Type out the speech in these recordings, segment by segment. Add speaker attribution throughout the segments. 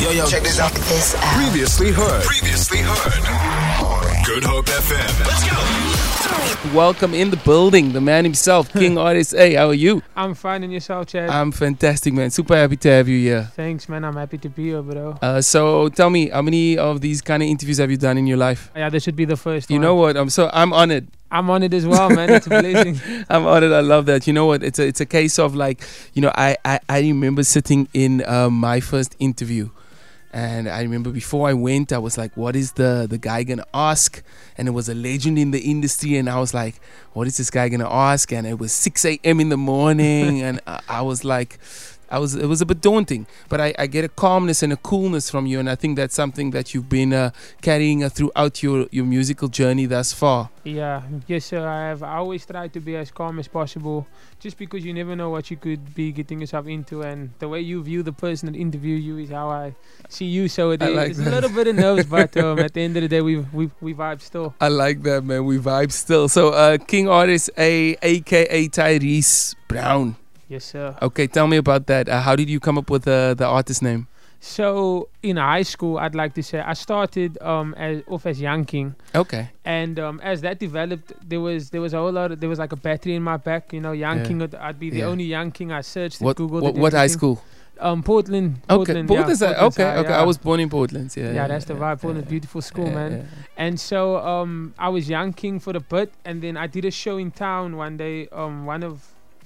Speaker 1: Yo, yo, check this out.
Speaker 2: This out.
Speaker 3: Previously heard.
Speaker 1: Previously heard. Good Hope FM. Let's go.
Speaker 4: Welcome in the building, the man himself, King Artist A. How are you?
Speaker 5: I'm finding yourself, Chad.
Speaker 4: I'm fantastic, man. Super happy to have you here.
Speaker 5: Thanks, man. I'm happy to be here, bro.
Speaker 4: Uh, so tell me, how many of these kind of interviews have you done in your life?
Speaker 5: Yeah, this should be the first
Speaker 4: You
Speaker 5: one.
Speaker 4: know what? I'm so I'm honored.
Speaker 5: I'm on it as well, man. It's a blessing.
Speaker 4: I'm honored. I love that. You know what? It's a it's a case of like, you know, I I, I remember sitting in um, my first interview, and I remember before I went, I was like, what is the the guy gonna ask? And it was a legend in the industry, and I was like, what is this guy gonna ask? And it was 6 a.m. in the morning, and I, I was like. I was it was a bit daunting, but I, I get a calmness and a coolness from you, and I think that's something that you've been uh, carrying uh, throughout your, your musical journey thus far.
Speaker 5: Yeah, yes, sir. I have. I always try to be as calm as possible, just because you never know what you could be getting yourself into, and the way you view the person that interview you is how I see you. So it
Speaker 4: I
Speaker 5: is
Speaker 4: like
Speaker 5: it's
Speaker 4: that.
Speaker 5: a little bit of nerves, but um, at the end of the day, we we we vibe still.
Speaker 4: I like that, man. We vibe still. So, uh, King Artist A, aka Tyrese Brown.
Speaker 5: Yes, sir.
Speaker 4: Okay, tell me about that. Uh, how did you come up with uh, the artist name?
Speaker 5: So in high school, I'd like to say I started um as off as Young King,
Speaker 4: Okay.
Speaker 5: and um, as that developed, there was there was a whole lot. Of, there was like a battery in my back, you know. Young
Speaker 4: Yeah.
Speaker 5: King, I'd- I'd be the
Speaker 4: Yeah.
Speaker 5: only Young King I searched.
Speaker 4: What
Speaker 5: Google.
Speaker 4: what, what high school?
Speaker 5: Um, Portland.
Speaker 4: Okay,
Speaker 5: Portland. yeah,
Speaker 4: Portland's yeah,
Speaker 5: Portland's
Speaker 4: okay,
Speaker 5: high,
Speaker 4: okay.
Speaker 5: yeah.
Speaker 4: I was born in Portland. Yeah,
Speaker 5: Yeah, that's the vibe. Portland's beautiful school,
Speaker 4: yeah,
Speaker 5: man.
Speaker 4: yeah.
Speaker 5: And so um, I was Young King for the bit, and then I did a show in town one day. Um, one of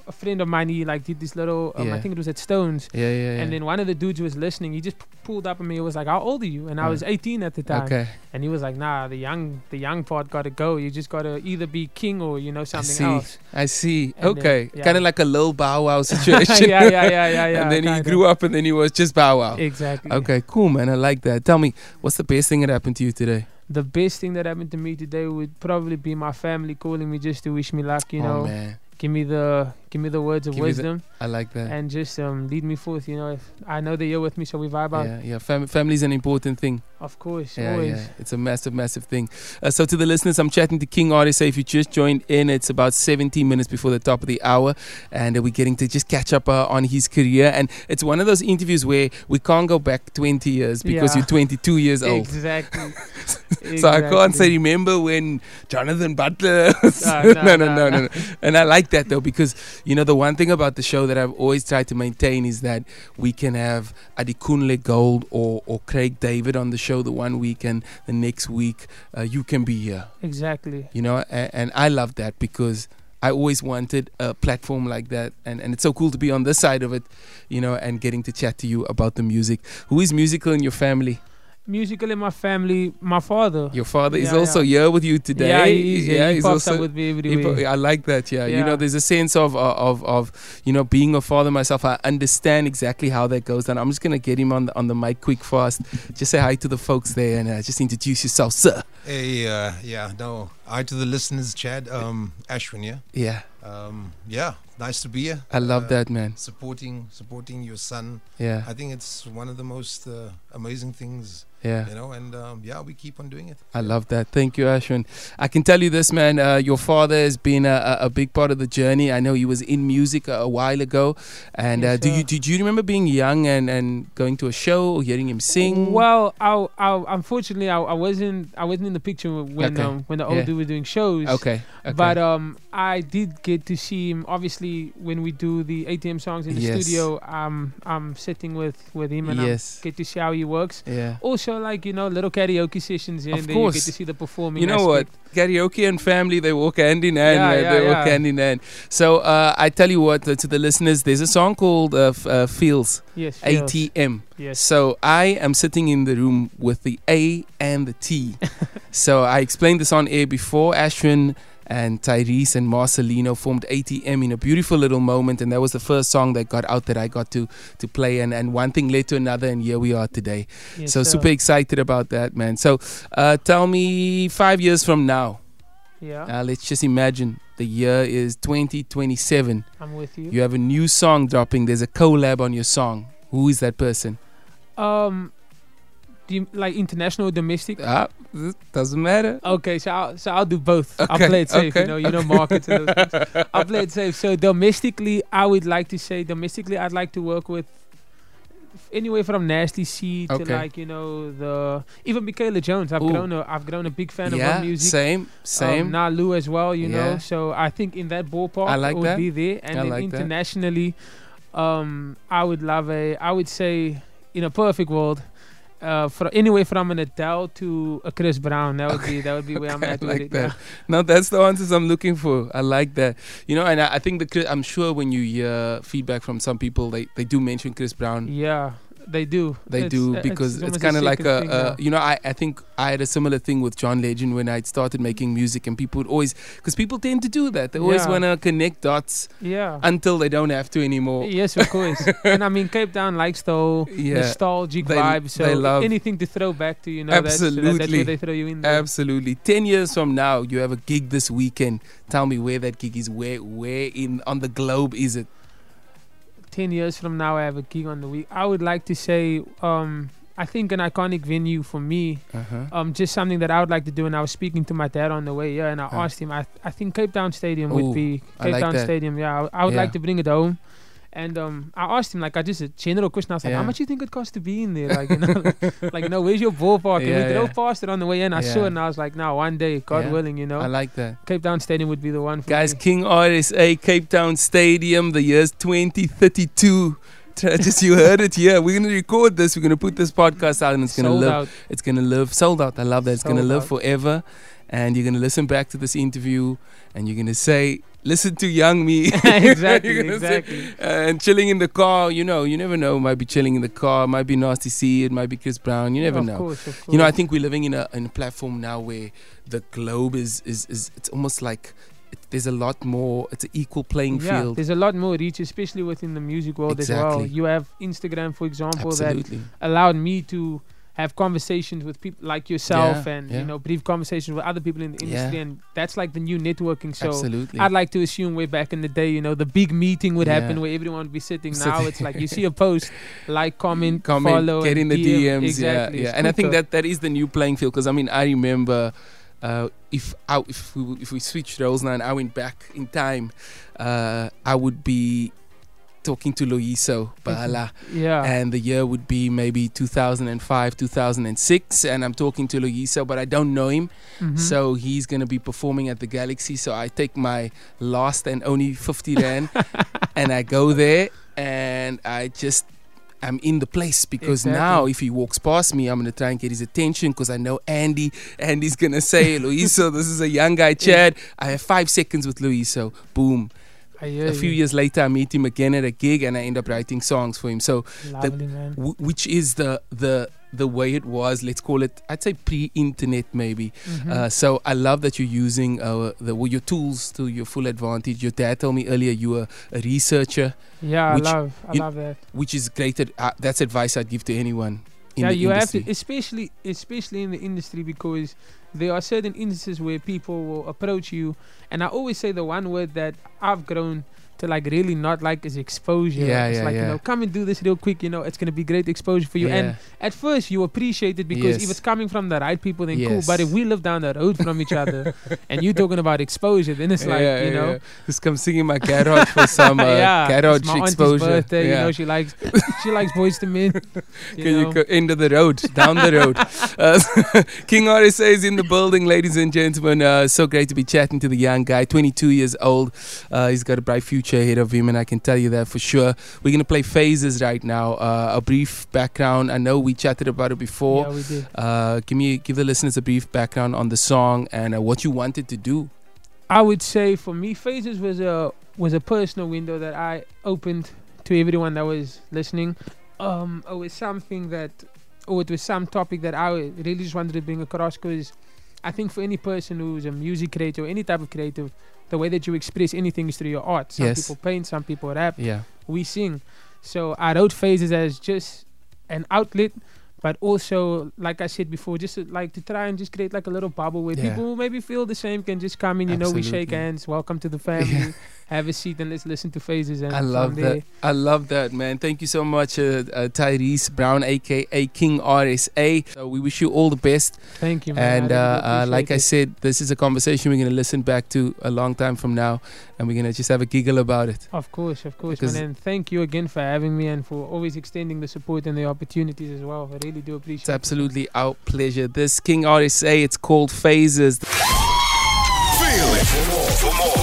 Speaker 5: a friend of mine, he like did this little. Um,
Speaker 4: Yeah.
Speaker 5: I think it was at Stones.
Speaker 4: Yeah, yeah, yeah.
Speaker 5: And then one of the dudes who was listening, he just p- pulled up at me. He was like, "How old are you?" And I
Speaker 4: Right.
Speaker 5: was 18 at the time.
Speaker 4: okay,
Speaker 5: And he was like, "Nah, the young, the young part got to go. You just got to either be king or you know something
Speaker 4: see.
Speaker 5: else."
Speaker 4: I see.
Speaker 5: And then-
Speaker 4: okay,
Speaker 5: yeah.
Speaker 4: kind of like a Lil Bow Wow situation.
Speaker 5: yeah, yeah, yeah, yeah, yeah.
Speaker 4: and then he
Speaker 5: kinda.
Speaker 4: grew up, and then he was just Bow Wow.
Speaker 5: Exactly.
Speaker 4: Okay, cool, man. I like that. Tell me, what's the best thing that happened to you today?
Speaker 5: The best thing that happened to me today would probably be my family calling me just to wish me luck. You
Speaker 4: oh
Speaker 5: know,
Speaker 4: man,
Speaker 5: give me the give me the words of
Speaker 4: Give me the-
Speaker 5: wisdom
Speaker 4: I like that.
Speaker 5: and just um lead me forth. You know, if I know that you're with me, so we vibe out.
Speaker 4: Yeah, yeah. Fam- family's an important thing.
Speaker 5: Of course,
Speaker 4: Yeah,
Speaker 5: always.
Speaker 4: yeah. It's a massive, massive thing. Uh, so, to the listeners, I'm chatting to King Artist. So if you just joined in, it's about 17 minutes before the top of the hour, and uh, we're getting to just catch up uh, on his career. And it's one of those interviews where we can't go back 20 years because
Speaker 5: Yeah.
Speaker 4: you're 22 years old.
Speaker 5: Exactly.
Speaker 4: So I can't say
Speaker 5: Exactly.
Speaker 4: remember when Jonathan Butler.
Speaker 5: Ah,
Speaker 4: no, no,
Speaker 5: no,
Speaker 4: no, no,
Speaker 5: no,
Speaker 4: no. And I like that though because you know the one thing about the show that I've always tried to maintain is that we can have Adikunle Gold or or Craig David on the show the one week and the next week uh, you can be here.
Speaker 5: Exactly.
Speaker 4: You know, and, and I love that because. I always wanted a platform like that, and, and it's so cool to be on this side of it, you know, and getting to chat to you about the music. Who is musical in your family?
Speaker 5: Musical in my family. My father.
Speaker 4: Your father is
Speaker 5: Yeah,
Speaker 4: also here with you today.
Speaker 5: Yeah, he is. Yeah, he
Speaker 4: he's
Speaker 5: pops up
Speaker 4: also.
Speaker 5: with me
Speaker 4: he
Speaker 5: everywhere.
Speaker 4: po- I like that. Yeah. you know,
Speaker 5: Yeah.
Speaker 4: there's a sense of of- of of you know being a father myself. I understand exactly how that goes down. I'm just gonna get him on the on the mic quick fast. Just say hi to the folks there and uh, just introduce yourself, sir.
Speaker 6: Hey, uh, yeah, no. Hi to the listeners, Chad. Um, Ashwin, yeah.
Speaker 4: Yeah,
Speaker 6: Um, yeah, nice to be here.
Speaker 4: I love
Speaker 6: Uh,
Speaker 4: that man.
Speaker 6: Supporting, supporting your son.
Speaker 4: Yeah,
Speaker 6: I think it's one of the most uh, amazing things,
Speaker 4: yeah.
Speaker 6: you know. And um, yeah, we keep on doing it.
Speaker 4: I love that. Thank you, Ashwin. I can tell you this, man. Uh, your father has been a, a a big part of the journey. I know he was in music a, a while ago. And
Speaker 5: Yes,
Speaker 4: uh, do
Speaker 5: sir.
Speaker 4: you do you remember being young and, and going to a show or hearing him sing?
Speaker 5: Well, I, I unfortunately I, I wasn't I wasn't in the picture when
Speaker 4: Okay.
Speaker 5: um, when the old
Speaker 4: Yeah.
Speaker 5: dude was doing shows.
Speaker 4: Okay. okay.
Speaker 5: But um, I did get to see him. Obviously, when we do the ATM songs in the
Speaker 4: Yes.
Speaker 5: studio, um, I'm sitting with with him and
Speaker 4: Yes.
Speaker 5: I get to see how he works.
Speaker 4: yeah.
Speaker 5: Also, like you know, little karaoke sessions here
Speaker 4: Of
Speaker 5: and there. You
Speaker 4: course.
Speaker 5: get to see the performing.
Speaker 4: You know what?
Speaker 5: aspect.
Speaker 4: Karaoke and family, they walk hand in hand.
Speaker 5: Yeah,
Speaker 4: man.
Speaker 5: yeah,
Speaker 4: they walk
Speaker 5: yeah.
Speaker 4: hand in hand. So uh, I tell you what, uh, to the listeners, there's a song called uh, F- uh, Feels,
Speaker 5: Yes. Feels.
Speaker 4: ATM.
Speaker 5: Yes.
Speaker 4: So I am sitting in the room with the A and the T. so I explained this on air before. Ashwin and Tyrese and Marcelino formed ATM in a beautiful little moment, and that was the first song that got out that I got to to play. And and one thing led to another, and here we are today.
Speaker 5: yes,
Speaker 4: so
Speaker 5: sir.
Speaker 4: super excited about that, man. So uh, tell me, five years from now,
Speaker 5: Yeah.
Speaker 4: uh, let's just imagine the year is 2027.
Speaker 5: I'm with you.
Speaker 4: You have a new song dropping. There's a collab on your song. Who is that person?
Speaker 5: Um, do you, like international, domestic.
Speaker 4: Ah, it doesn't matter.
Speaker 5: Okay, so I'll, so I'll do both.
Speaker 4: Okay,
Speaker 5: I'll play it safe.
Speaker 4: okay,
Speaker 5: You know, you know, market. to those things. I'll play it safe. So domestically, I would like to say domestically, I'd like to work with anywhere from Nasty C to
Speaker 4: Okay.
Speaker 5: like you know the even Michaela Jones. I've
Speaker 4: Ooh.
Speaker 5: grown a I've grown a big fan of
Speaker 4: yeah,
Speaker 5: her music.
Speaker 4: same, same.
Speaker 5: Um, Na Lou as well, you
Speaker 4: Yeah.
Speaker 5: know. So I think in that ballpark,
Speaker 4: I like
Speaker 5: it would
Speaker 4: that.
Speaker 5: be there. And
Speaker 4: I
Speaker 5: then
Speaker 4: like that.
Speaker 5: internationally, um, I would love a. I would say in a perfect world. Uh, for anywhere from an Adele to a Chris Brown, that would be that would be where I'm
Speaker 4: I
Speaker 5: at with
Speaker 4: like
Speaker 5: it.
Speaker 4: that. No, that's the answers I'm looking for. I like that. You know, and I, I think the Chris- I'm sure when you hear feedback from some people, they, they do mention Chris Brown.
Speaker 5: Yeah, they do.
Speaker 4: They
Speaker 5: It's-
Speaker 4: do
Speaker 5: uh,
Speaker 4: because it's,
Speaker 5: almost
Speaker 4: kind of like
Speaker 5: second thing
Speaker 4: a,
Speaker 5: now.
Speaker 4: a you know I, I think I had a similar thing with John Legend when I started making music and people would always because people tend to do that they always
Speaker 5: Yeah.
Speaker 4: want to connect dots
Speaker 5: yeah.
Speaker 4: until they don't have to anymore
Speaker 5: Yes, of course. and I mean, Cape Town likes the
Speaker 4: Yeah.
Speaker 5: nostalgic
Speaker 4: They-
Speaker 5: vibe. So
Speaker 4: they love-
Speaker 5: anything to throw back to, you know, that's- That's, that's
Speaker 4: Absolutely.
Speaker 5: where they throw you in there.
Speaker 4: absolutely ten years from now you have a gig this weekend tell me where that gig is where where in on the globe is it
Speaker 5: Ten years from now, I have a gig on the week. I would like to say, um, I think an iconic venue for me,
Speaker 4: uh-huh.
Speaker 5: um, just something that I would like to do. And I was speaking to my dad on the way, yeah, and I
Speaker 4: Yeah.
Speaker 5: asked him. I, I think Cape Town Stadium
Speaker 4: Ooh,
Speaker 5: would be
Speaker 4: I
Speaker 5: Cape
Speaker 4: like
Speaker 5: Town
Speaker 4: that.
Speaker 5: Stadium. Yeah, I, I would
Speaker 4: Yeah.
Speaker 5: like to bring it home. And um, I asked him like I just a general question. I was like, "How
Speaker 4: Yeah.
Speaker 5: much do you think it costs to be in there? Like, you know, like, you know, where's your ballpark?" And
Speaker 4: Yeah,
Speaker 5: we drove
Speaker 4: yeah.
Speaker 5: past it on the way in. I
Speaker 4: Yeah.
Speaker 5: saw it, and I was like, "No, one day, God
Speaker 4: Yeah.
Speaker 5: willing, you know,
Speaker 4: I like that.
Speaker 5: Cape Town Stadium would be the one." For
Speaker 4: Guys,
Speaker 5: me.
Speaker 4: King RSA, Cape Town Stadium, the year's 2032. T- Just you heard it here. We're gonna record this. We're gonna put this podcast out, and it's gonna
Speaker 5: Sold
Speaker 4: live.
Speaker 5: out.
Speaker 4: It's gonna live sold out. I love that. It's gonna
Speaker 5: Sold
Speaker 4: live
Speaker 5: out.
Speaker 4: forever, and you're gonna listen back to this interview, and you're gonna say, "Listen to young me." You're
Speaker 5: exactly,
Speaker 4: gonna say,
Speaker 5: exactly.
Speaker 4: uh, and chilling in the car, you know, you never know. Might be chilling in the car. Might be Nasty C. It might be Chris Brown. You never
Speaker 5: of
Speaker 4: know.
Speaker 5: Course, of course.
Speaker 4: You know, I think we're living in a in a platform now where the globe is is, is it's almost like it, there's a lot more. It's an equal playing
Speaker 5: yeah,
Speaker 4: field.
Speaker 5: there's a lot more reach, especially within the music world as well.
Speaker 4: Exactly.
Speaker 5: You have Instagram, for example, that
Speaker 4: Absolutely.
Speaker 5: allowed me to have conversations with people like yourself
Speaker 4: Yeah,
Speaker 5: and
Speaker 4: yeah.
Speaker 5: you know brief conversations with other people in the industry,
Speaker 4: Yeah.
Speaker 5: and that's like the new networking. So.
Speaker 4: Absolutely.
Speaker 5: I'd like to assume way back in the day, you know, the big meeting would
Speaker 4: Yeah.
Speaker 5: happen where everyone would be sitting.
Speaker 4: Sitting.
Speaker 5: Now it's like you see a post, like, comment,
Speaker 4: Comment,
Speaker 5: follow,
Speaker 4: get in
Speaker 5: and
Speaker 4: the
Speaker 5: DM.
Speaker 4: DMs.
Speaker 5: Exactly,
Speaker 4: Yeah, yeah.
Speaker 5: it's
Speaker 4: And I think
Speaker 5: quicker.
Speaker 4: that that is the new playing field because I mean I remember. Uh, if I, if we if we switched roles now and I went back in time, uh, I would be talking to Loiso Bahala
Speaker 5: yeah,
Speaker 4: and the year would be maybe 2005 2006 and i'm talking to Luisa, but i don't know him
Speaker 5: mhm.
Speaker 4: so he's going to be performing at the galaxy so i take my last and only 50 rand and i go there and i just I'm in the place because
Speaker 5: Exactly.
Speaker 4: now if he walks past me, I'm gonna try and get his attention because I know Andy. Andy's gonna say, "Luiso, this is a young guy, Chad. I have five seconds with Luiso. Boom.
Speaker 5: I hear
Speaker 4: a few
Speaker 5: you.
Speaker 4: years later, I meet him again at a gig, and I end up writing songs for him. So
Speaker 5: Lovely, man.
Speaker 4: w- which is the the the way it was let's call it i'd say pre-internet maybe
Speaker 5: Mhm.
Speaker 4: uh, so i love that you're using uh, the, well, your tools to your full advantage your dad told me earlier you were a researcher
Speaker 5: yeah, I
Speaker 4: which-
Speaker 5: love, I
Speaker 4: you-
Speaker 5: love that.
Speaker 4: which is great ad- uh, that's advice i'd give to anyone in
Speaker 5: yeah,
Speaker 4: the
Speaker 5: you
Speaker 4: industry
Speaker 5: have to, especially especially in the industry, because there are certain instances where people will approach you, and I always say the one word that I've grown to like really not like is exposure.
Speaker 4: Yeah,
Speaker 5: it's
Speaker 4: yeah,
Speaker 5: like
Speaker 4: yeah.
Speaker 5: you know, come and do this real quick. You know, it's gonna be great exposure for you. And at first, you appreciate it because
Speaker 4: Yes.
Speaker 5: if it's coming from the right people, then cool.
Speaker 4: Yes.
Speaker 5: But if we live down the road from each other, and you're talking about exposure, then it's like
Speaker 4: Yeah,
Speaker 5: you
Speaker 4: yeah,
Speaker 5: know.
Speaker 4: yeah. just come singing my garage for some uh,
Speaker 5: yeah, it's
Speaker 4: garage
Speaker 5: my auntie's
Speaker 4: exposure
Speaker 5: Birthday,
Speaker 4: yeah.
Speaker 5: You know, she likes she likes boys to men. You
Speaker 4: Can
Speaker 5: know?
Speaker 4: you go into the road, down the road? Uh, King RSA is in the building, ladies and gentlemen. Uh, so great to be chatting to the young guy, 22 years old. Uh, he's got a bright future ahead of him, and I can tell you that for sure. We're going to play phases right now. Uh, a brief background. I know we chatted about it before.
Speaker 5: yeah, we did.
Speaker 4: Uh, give me, give the listeners a brief background on the song and uh, what you wanted to do.
Speaker 5: I would say for me, phases was a was a personal window that I opened to everyone that was listening. Um, it was something that, or it was some topic that I really just wanted to bring across because I think for any person who's a music creator or any type of creative, the way that you express anything is through your art. Some
Speaker 4: Yes.
Speaker 5: people paint, some people rap,
Speaker 4: Yeah,
Speaker 5: we sing. So I wrote phases as just an outlet, but also, like I said before, just to, like to try and just create like a little bubble where
Speaker 4: Yeah.
Speaker 5: people who maybe feel the same can just come in. You know, we shake
Speaker 4: Absolutely.
Speaker 5: hands, welcome to the family, have a seat and let's listen to phases. And
Speaker 4: I love
Speaker 5: someday-
Speaker 4: that. I love that, man. Thank you so much, uh, uh, Tyrese Brown, aka King RSA. So we wish you all the best.
Speaker 5: Thank you, man.
Speaker 4: And
Speaker 5: I really
Speaker 4: uh, uh,
Speaker 5: appreciate
Speaker 4: like I
Speaker 5: it.
Speaker 4: said, this is a conversation we're gonna listen back to a long time from now, and we're gonna just have a giggle about it.
Speaker 5: Of course, of course,
Speaker 4: Because-
Speaker 5: man. And thank you again for having me and for always extending the support and the opportunities as well. I really do appreciate
Speaker 4: It's absolutely our pleasure. This King RSA, it's called Phases.
Speaker 1: Feel it. For more, for more,